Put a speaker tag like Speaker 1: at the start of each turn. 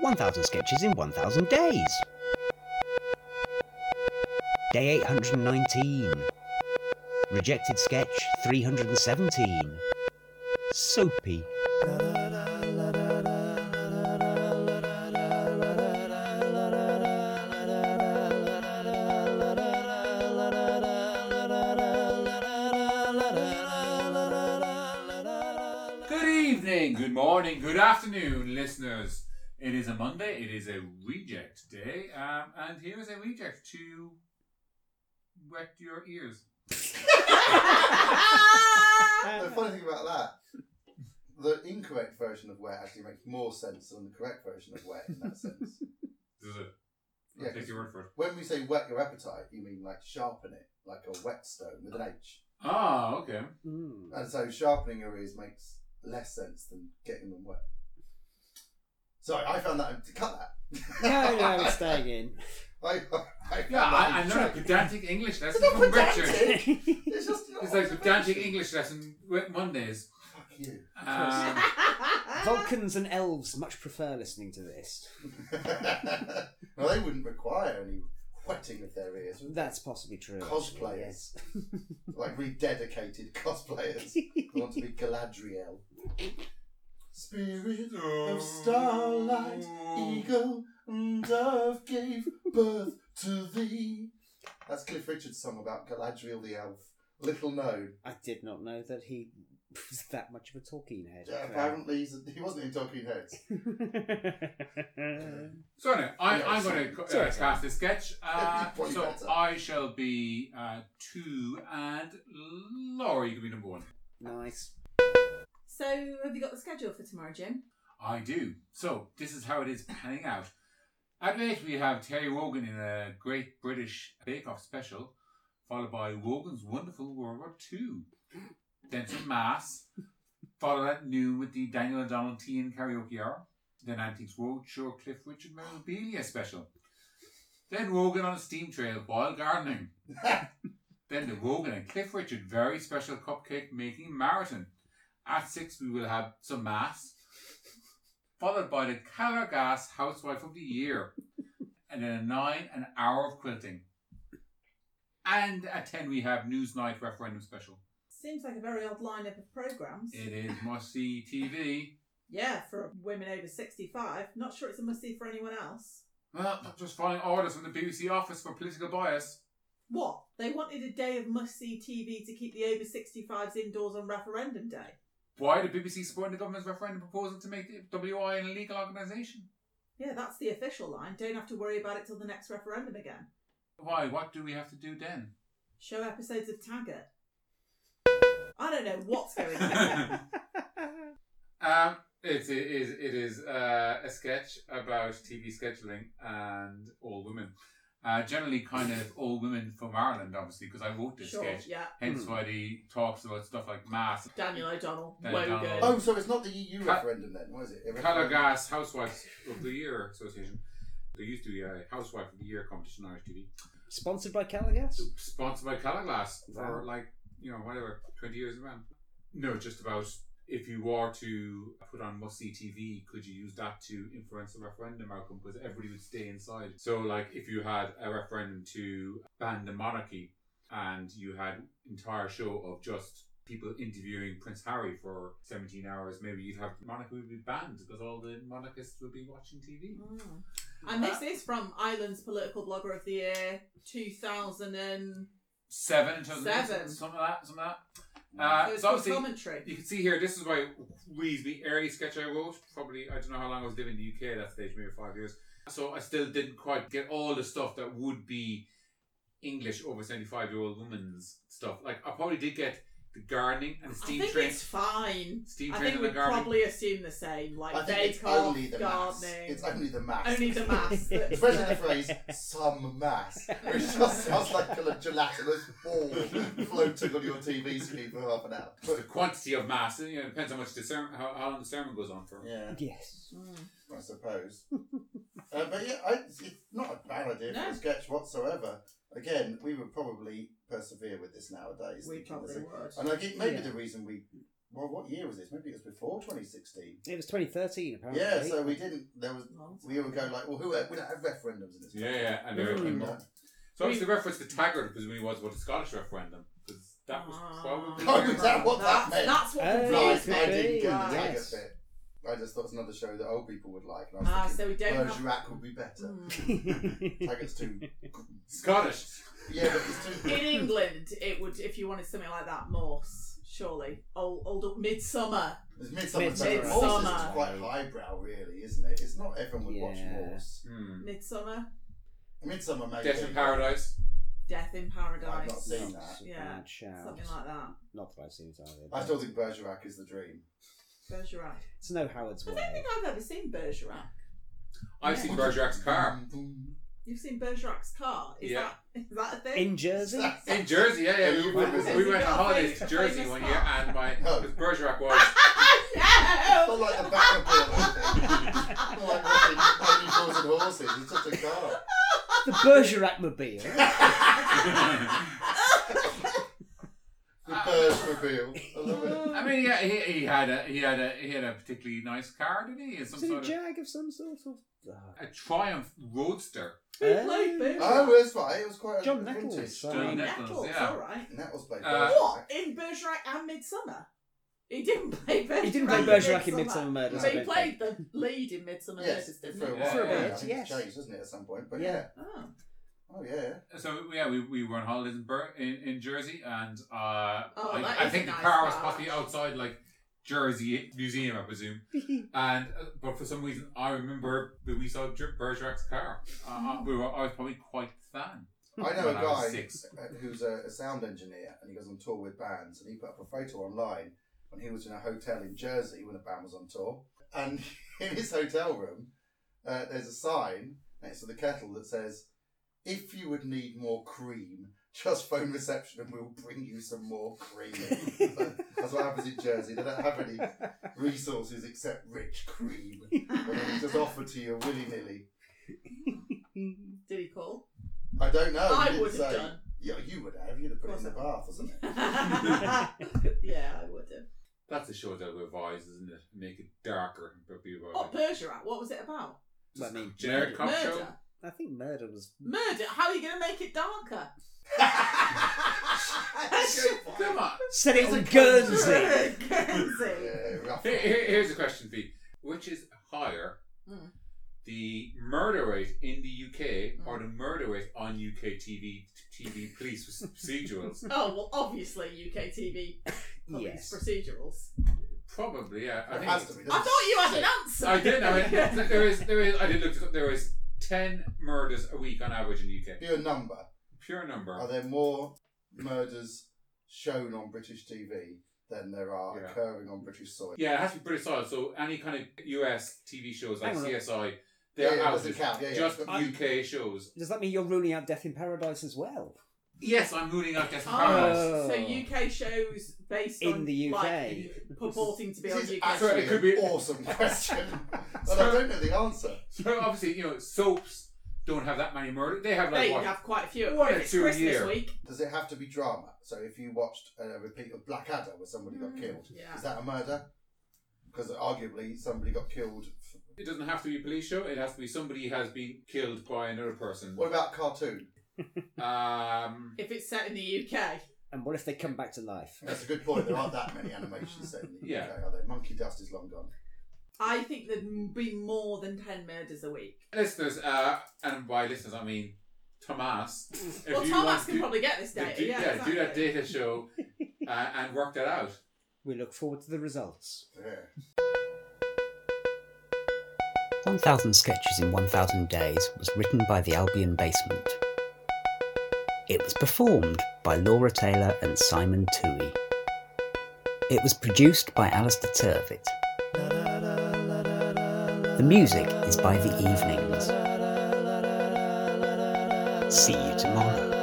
Speaker 1: 1000 sketches in 1000 days. Day 819. Rejected sketch 317. Soapy.
Speaker 2: Good evening, good morning, good afternoon, listeners. It is a Monday, it is a reject day, um, and here is a reject to wet your ears.
Speaker 3: the funny thing about that, the incorrect version of wet actually makes more sense than the correct version of wet in that sense.
Speaker 2: Does it? I'll
Speaker 3: Yeah,
Speaker 2: take your word for it.
Speaker 3: when we say wet your appetite, you mean like sharpen it, like a whetstone with an H.
Speaker 2: Ah, okay.
Speaker 3: And so sharpening your ears makes less sense than getting them wet. Sorry, I found that to cut that.
Speaker 4: No, no, it's staying
Speaker 3: I, I found
Speaker 2: Yeah,
Speaker 3: that
Speaker 2: I, I learned a
Speaker 3: intriguing.
Speaker 2: pedantic English lesson
Speaker 3: It's not
Speaker 2: from Richard.
Speaker 3: pedantic.
Speaker 4: in.
Speaker 3: It's just
Speaker 2: It's like pedantic English lesson with Mondays.
Speaker 3: Fuck you.
Speaker 2: Um,
Speaker 4: Vulcans and elves much prefer listening to this.
Speaker 3: well, they wouldn't require any wetting of their ears. would they?
Speaker 4: That's possibly true.
Speaker 3: Cosplayers. like rededicated cosplayers who want to be Galadriel.
Speaker 2: Um,
Speaker 3: Spirit of starlight, eagle and dove gave birth to thee. That's Cliff Richard's song about Galadriel the elf. Little known.
Speaker 4: I did not know that he was that much of a talking head.
Speaker 3: Yeah, apparently he's a, he wasn't in Talking Heads.
Speaker 2: So anyway, I,
Speaker 3: Yeah,
Speaker 2: I'm
Speaker 3: so-
Speaker 2: going to
Speaker 4: sorry,
Speaker 2: uh, cast this sketch. Uh,
Speaker 3: Probably
Speaker 2: so
Speaker 3: better.
Speaker 2: I shall be uh, two, and Laurie, you can be number one.
Speaker 4: nice.
Speaker 5: So, have you got the schedule for tomorrow, Jim?
Speaker 2: I do. So this is how it is panning out. At late, we have Terry Wogan in a Great British Bake Off special, followed by Wogan's Wonderful World War Two. Then some Mass, followed at noon with the Daniel O'Donnell Tea and Karaoke Hour. Then Antiques Roadshow Cliff Richard Memorabilia special. Then Wogan on a steam trail while gardening. then the Wogan and Cliff Richard very special cupcake making marathon. At six, we will have some Mass followed by the Callergas Housewife of the Year, and then a nine, an hour of quilting. And at 10, we have Newsnight Referendum Special.
Speaker 5: Seems like a very odd lineup of programmes.
Speaker 2: It is must see TV.
Speaker 5: Yeah, for women over 65. Not sure it's a must see for anyone else.
Speaker 2: Well, I'm just following orders from the BBC office for political bias.
Speaker 5: What? They wanted a day of must see TV to keep the over 65s indoors on referendum day.
Speaker 2: Why the BBC supporting the government's referendum proposal to make the WI an illegal organisation?
Speaker 5: Yeah, that's the official line. Don't have to worry about it till the next referendum again.
Speaker 2: Why? What do we have to do then?
Speaker 5: Show episodes of Taggart. I don't know what's going on.
Speaker 2: Um, it is it is uh, a sketch about TV scheduling and all women. Uh, generally, kind of all women from Ireland, obviously, because I wrote this
Speaker 5: sure,
Speaker 2: sketch.
Speaker 5: yeah.
Speaker 2: Hence
Speaker 4: Hmm.
Speaker 2: why he talks about stuff like mass,
Speaker 5: Daniel O'Donnell.
Speaker 2: Daniel
Speaker 5: Wogan.
Speaker 2: O'Donnell.
Speaker 3: Oh, so it's not the EU
Speaker 2: Cut-
Speaker 3: referendum then, was it? A referendum-
Speaker 2: Calagas Housewives of the Year Association. There used to be a Housewife of the Year competition on Irish TV,
Speaker 4: Sponsored by Calagas?
Speaker 2: sponsored by Calaglass for
Speaker 4: Wow.
Speaker 2: like you know whatever twenty years around. No, just about if you were to put on must see TV, could you use that to influence the referendum outcome? Because everybody would stay inside. So, like, if you had a referendum to ban the monarchy, and you had entire show of just people interviewing Prince Harry for seventeen hours, maybe you'd have monarchy would be banned because all the monarchists would be watching TV.
Speaker 5: Mm. And this is from Ireland's Political Blogger of the Year 2000 and
Speaker 2: Seven in terms
Speaker 5: Seven.
Speaker 2: of some of that, some of that. Uh,
Speaker 5: so it's
Speaker 2: so
Speaker 5: good
Speaker 2: obviously,
Speaker 5: commentary.
Speaker 2: You can see here, this is my reasonably early sketch I wrote. Probably, I don't know how long I was living in the UK at that stage, maybe five years. So I still didn't quite get all the stuff that would be English over 75 year old woman's stuff. Like, I probably did get the gardening and the
Speaker 5: I
Speaker 2: steam
Speaker 5: think
Speaker 2: train.
Speaker 5: it's fine.
Speaker 2: Steam
Speaker 5: I
Speaker 2: train
Speaker 5: think
Speaker 2: and the
Speaker 5: we
Speaker 2: gardening.
Speaker 5: probably assume the same. Like
Speaker 3: I think it's
Speaker 5: bake off,
Speaker 3: only the mass.
Speaker 5: gardening,
Speaker 3: It's only the mass.
Speaker 5: only the mass. that's-
Speaker 3: Especially the phrase "some mass," which just sounds like a gelatinous ball floating on your TV screen for half an hour.
Speaker 2: the quantity of mass, you know, it depends how much the sermon, how, how long the sermon goes on for.
Speaker 3: Yeah,
Speaker 4: Yes.
Speaker 5: Mm.
Speaker 3: I suppose. Uh, but yeah, I, it's not a bad idea for
Speaker 5: No.
Speaker 3: a sketch whatsoever. Again, we would probably persevere with this nowadays.
Speaker 5: We
Speaker 3: thinking
Speaker 5: probably
Speaker 3: there's a-
Speaker 5: would.
Speaker 3: And I think maybe
Speaker 4: Yeah.
Speaker 3: the reason we Well, what year was this? Maybe it was before 2016.
Speaker 4: It was 2013, apparently.
Speaker 3: Yeah, so we didn't. There was
Speaker 5: Long time.
Speaker 3: we would go like, well, who we don't have referendums in this.
Speaker 2: Yeah, yeah, and there it came up. So obviously the reference to Taggart because when he was about the Scottish referendum, because that was probably
Speaker 3: Ah. Oh, is that what that
Speaker 5: That's-
Speaker 3: meant?
Speaker 5: That's what
Speaker 4: Oh,
Speaker 5: confused
Speaker 3: Right,
Speaker 4: could
Speaker 5: me.
Speaker 3: I didn't
Speaker 4: be,
Speaker 3: get the tag
Speaker 4: yes.
Speaker 3: of it. I just thought it was another show that old people would like, and I was
Speaker 5: Ah,
Speaker 3: thinking
Speaker 5: so we don't have.
Speaker 3: Bergerac would be better.
Speaker 5: Mm.
Speaker 3: Taggart's too.
Speaker 2: Scottish.
Speaker 3: Yeah, but it's too.
Speaker 5: In England, it would if you wanted something like that, Morse, surely. Old, old Midsummer.
Speaker 3: It's midsummer.
Speaker 5: Midsummer.
Speaker 3: Morse is
Speaker 5: Midsummer.
Speaker 3: quite highbrow, really, isn't it? It's not everyone would watch
Speaker 4: Yeah.
Speaker 3: Morse.
Speaker 2: Hmm.
Speaker 5: Midsummer,
Speaker 3: Midsummer, maybe.
Speaker 2: Death in Paradise.
Speaker 5: Death in
Speaker 3: I've not
Speaker 5: Paradise,
Speaker 3: seen
Speaker 4: Not
Speaker 3: that.
Speaker 4: a
Speaker 5: Yeah,
Speaker 4: bad shout.
Speaker 5: something like that.
Speaker 4: Not that I've seen it either.
Speaker 3: I still think Bergerac is the dream.
Speaker 5: Bergerac.
Speaker 4: It's no Howard's
Speaker 5: I
Speaker 4: Way.
Speaker 5: don't think I've ever seen Bergerac.
Speaker 2: I've
Speaker 5: Yeah.
Speaker 2: seen Bergerac's car
Speaker 5: You've seen Bergerac's car? Is
Speaker 2: Yeah.
Speaker 5: that is that a thing?
Speaker 4: In Jersey?
Speaker 2: in Jersey. Yeah, yeah. We,
Speaker 3: Wow.
Speaker 2: we, we went on holidays to Jersey one year, and my because Bergerac was
Speaker 5: no!
Speaker 3: Not like the back of Not like nothing, only doors and horses. It's just a car.
Speaker 4: the Bergerac Mobile.
Speaker 3: The Bergermobile. I love it.
Speaker 2: I mean, yeah, he, he had a he had a he had a particularly nice car, didn't he? Some
Speaker 4: Is it a
Speaker 2: sort of
Speaker 4: jag of some sort? Of... Ah.
Speaker 2: a Triumph Roadster.
Speaker 5: Who played Bergerac?
Speaker 3: Oh, that's right. It was quite a
Speaker 4: John
Speaker 3: vintage.
Speaker 4: Nettles, uh,
Speaker 2: John
Speaker 4: I mean,
Speaker 2: Nettles.
Speaker 5: Nettles,
Speaker 2: yeah.
Speaker 5: all right.
Speaker 3: Nettles played
Speaker 2: Uh,
Speaker 5: What
Speaker 3: Bergerac.
Speaker 5: in Bergerac and Midsummer? He didn't play Bergerac.
Speaker 4: He didn't play
Speaker 5: in
Speaker 4: Bergerac in Midsummer Murders.
Speaker 5: So
Speaker 4: I
Speaker 5: he
Speaker 4: don't
Speaker 5: played the lead in Midsummer
Speaker 3: Yes,
Speaker 5: Murders,
Speaker 3: for
Speaker 5: didn't
Speaker 3: a
Speaker 5: he?
Speaker 3: while.
Speaker 2: For a
Speaker 3: yeah,
Speaker 4: bit,
Speaker 3: I think
Speaker 4: yes.
Speaker 3: It's changed, doesn't it, at some point? But
Speaker 4: Yeah.
Speaker 3: yeah.
Speaker 5: Oh.
Speaker 3: Oh, yeah.
Speaker 2: So yeah, we, we were on holidays in, Bur- in, in Jersey, and uh,
Speaker 5: Oh,
Speaker 2: I,
Speaker 5: that
Speaker 2: I
Speaker 5: is
Speaker 2: think
Speaker 5: a
Speaker 2: the
Speaker 5: nice
Speaker 2: car was
Speaker 5: car.
Speaker 2: probably outside like Jersey Museum, I presume.
Speaker 4: think.
Speaker 2: And uh, but for some reason, I remember that we saw Jer- Bergerac's car. Uh,
Speaker 3: Oh.
Speaker 2: uh, we were I was probably quite a fan.
Speaker 3: I know a
Speaker 2: When I was
Speaker 3: guy uh,
Speaker 2: six.
Speaker 3: who's a, a sound engineer and he goes on tour with bands and he put up a photo online when he was in a hotel in Jersey when a band was on tour. And in his hotel room, uh, there's a sign next to the kettle that says, If you would need more cream, just phone reception and we'll bring you some more cream. That's what happens in Jersey. They don't have any resources except rich cream. And it's just offered to you willy nilly.
Speaker 5: Did he call?
Speaker 3: I don't know.
Speaker 5: I
Speaker 3: you didn't
Speaker 5: would have
Speaker 3: say.
Speaker 5: done.
Speaker 3: Yeah, you would have. You'd have put it in the bath or something.
Speaker 5: yeah, I would have.
Speaker 2: That's a show that revise, isn't it? Make it darker, but be
Speaker 3: Oh,
Speaker 2: about
Speaker 5: What Bergerac? What was it about?
Speaker 4: Well, I mean,
Speaker 2: generic cop
Speaker 5: Murder.
Speaker 2: show.
Speaker 4: I think murder was.
Speaker 5: Murder. How are you going to make it darker?
Speaker 2: Come on.
Speaker 4: Said it on
Speaker 3: Guernsey.
Speaker 4: Guernsey.
Speaker 5: Guernsey.
Speaker 3: Yeah, rough.
Speaker 2: Here, here- here's a question for you: Which is higher,
Speaker 3: Hmm.
Speaker 5: Mm.
Speaker 2: the murder rate in the UK or
Speaker 5: Mm.
Speaker 2: the murder rate on UK TV TV police procedurals?
Speaker 5: Oh well, obviously UK TV police
Speaker 4: Yes.
Speaker 5: procedurals.
Speaker 2: Probably, yeah. I
Speaker 3: It
Speaker 2: think
Speaker 3: has
Speaker 2: it's-
Speaker 3: to be,
Speaker 5: I
Speaker 3: doesn't
Speaker 5: thought you had an
Speaker 3: it?
Speaker 5: answer.
Speaker 2: I did. I mean, there is, there is. I did look. This up, there is ten murders a week on average in the UK.
Speaker 3: Pure number.
Speaker 2: Pure number.
Speaker 3: Are there more murders shown on British TV than there are
Speaker 2: Yeah.
Speaker 3: occurring on British soil?
Speaker 2: Yeah, it has to be pretty solid. So any kind of US TV shows like
Speaker 4: Hang on.
Speaker 2: CSI,
Speaker 3: Yeah,
Speaker 2: they're
Speaker 3: yeah, it
Speaker 2: out.
Speaker 3: doesn't count. Yeah, yeah.
Speaker 2: just
Speaker 3: But-
Speaker 2: UK shows.
Speaker 4: Does that mean you're ruling out Death in Paradise as well?
Speaker 2: Yes, I'm ruling out Death in Paradise.
Speaker 5: Oh, so UK shows based
Speaker 4: In
Speaker 5: on
Speaker 4: the
Speaker 5: like,
Speaker 4: UK.
Speaker 5: purporting to be on
Speaker 3: This is
Speaker 5: UK.
Speaker 2: So
Speaker 3: actually
Speaker 2: it could
Speaker 3: an
Speaker 2: be-
Speaker 3: awesome question, and I don't know the answer.
Speaker 2: So obviously, you know, soaps don't have that many murders. They have like
Speaker 5: they
Speaker 2: what?
Speaker 5: have quite a few.
Speaker 2: one or
Speaker 5: If it's
Speaker 2: two a
Speaker 5: Christmas
Speaker 2: year.
Speaker 5: week.
Speaker 3: Does it have to be drama? So if you watched a repeat of Blackadder, where somebody got
Speaker 5: Mm,
Speaker 3: killed,
Speaker 5: yeah.
Speaker 3: is that a murder? Because arguably somebody got killed. f-
Speaker 2: It doesn't have to be a police show. It has to be somebody has been killed by another person.
Speaker 3: What about cartoon?
Speaker 2: Um,
Speaker 5: If it's set in the UK.
Speaker 4: And what if they come back to life?
Speaker 3: That's a good point. There aren't that many animations set in the UK,
Speaker 2: Yeah.
Speaker 3: are there? Monkey Dust is long gone.
Speaker 5: I think there'd be more than 10 murders a week.
Speaker 2: listeners, uh, and by listeners I mean Tomas. If
Speaker 5: well,
Speaker 2: you
Speaker 5: Thomas
Speaker 2: want
Speaker 5: can
Speaker 2: to-
Speaker 5: probably get this
Speaker 2: do-
Speaker 5: data.
Speaker 2: do-
Speaker 5: yeah,
Speaker 2: do that
Speaker 5: exactly.
Speaker 2: data show uh, and work that out.
Speaker 4: We look forward to the results.
Speaker 3: Yeah.
Speaker 1: 1000 Sketches in 1000 Days was written by the Albion Basement. It was performed by Laura Taylor and Simon Toohey. It was produced by Alistair Turvitt. The music is by The Evenings. See you tomorrow.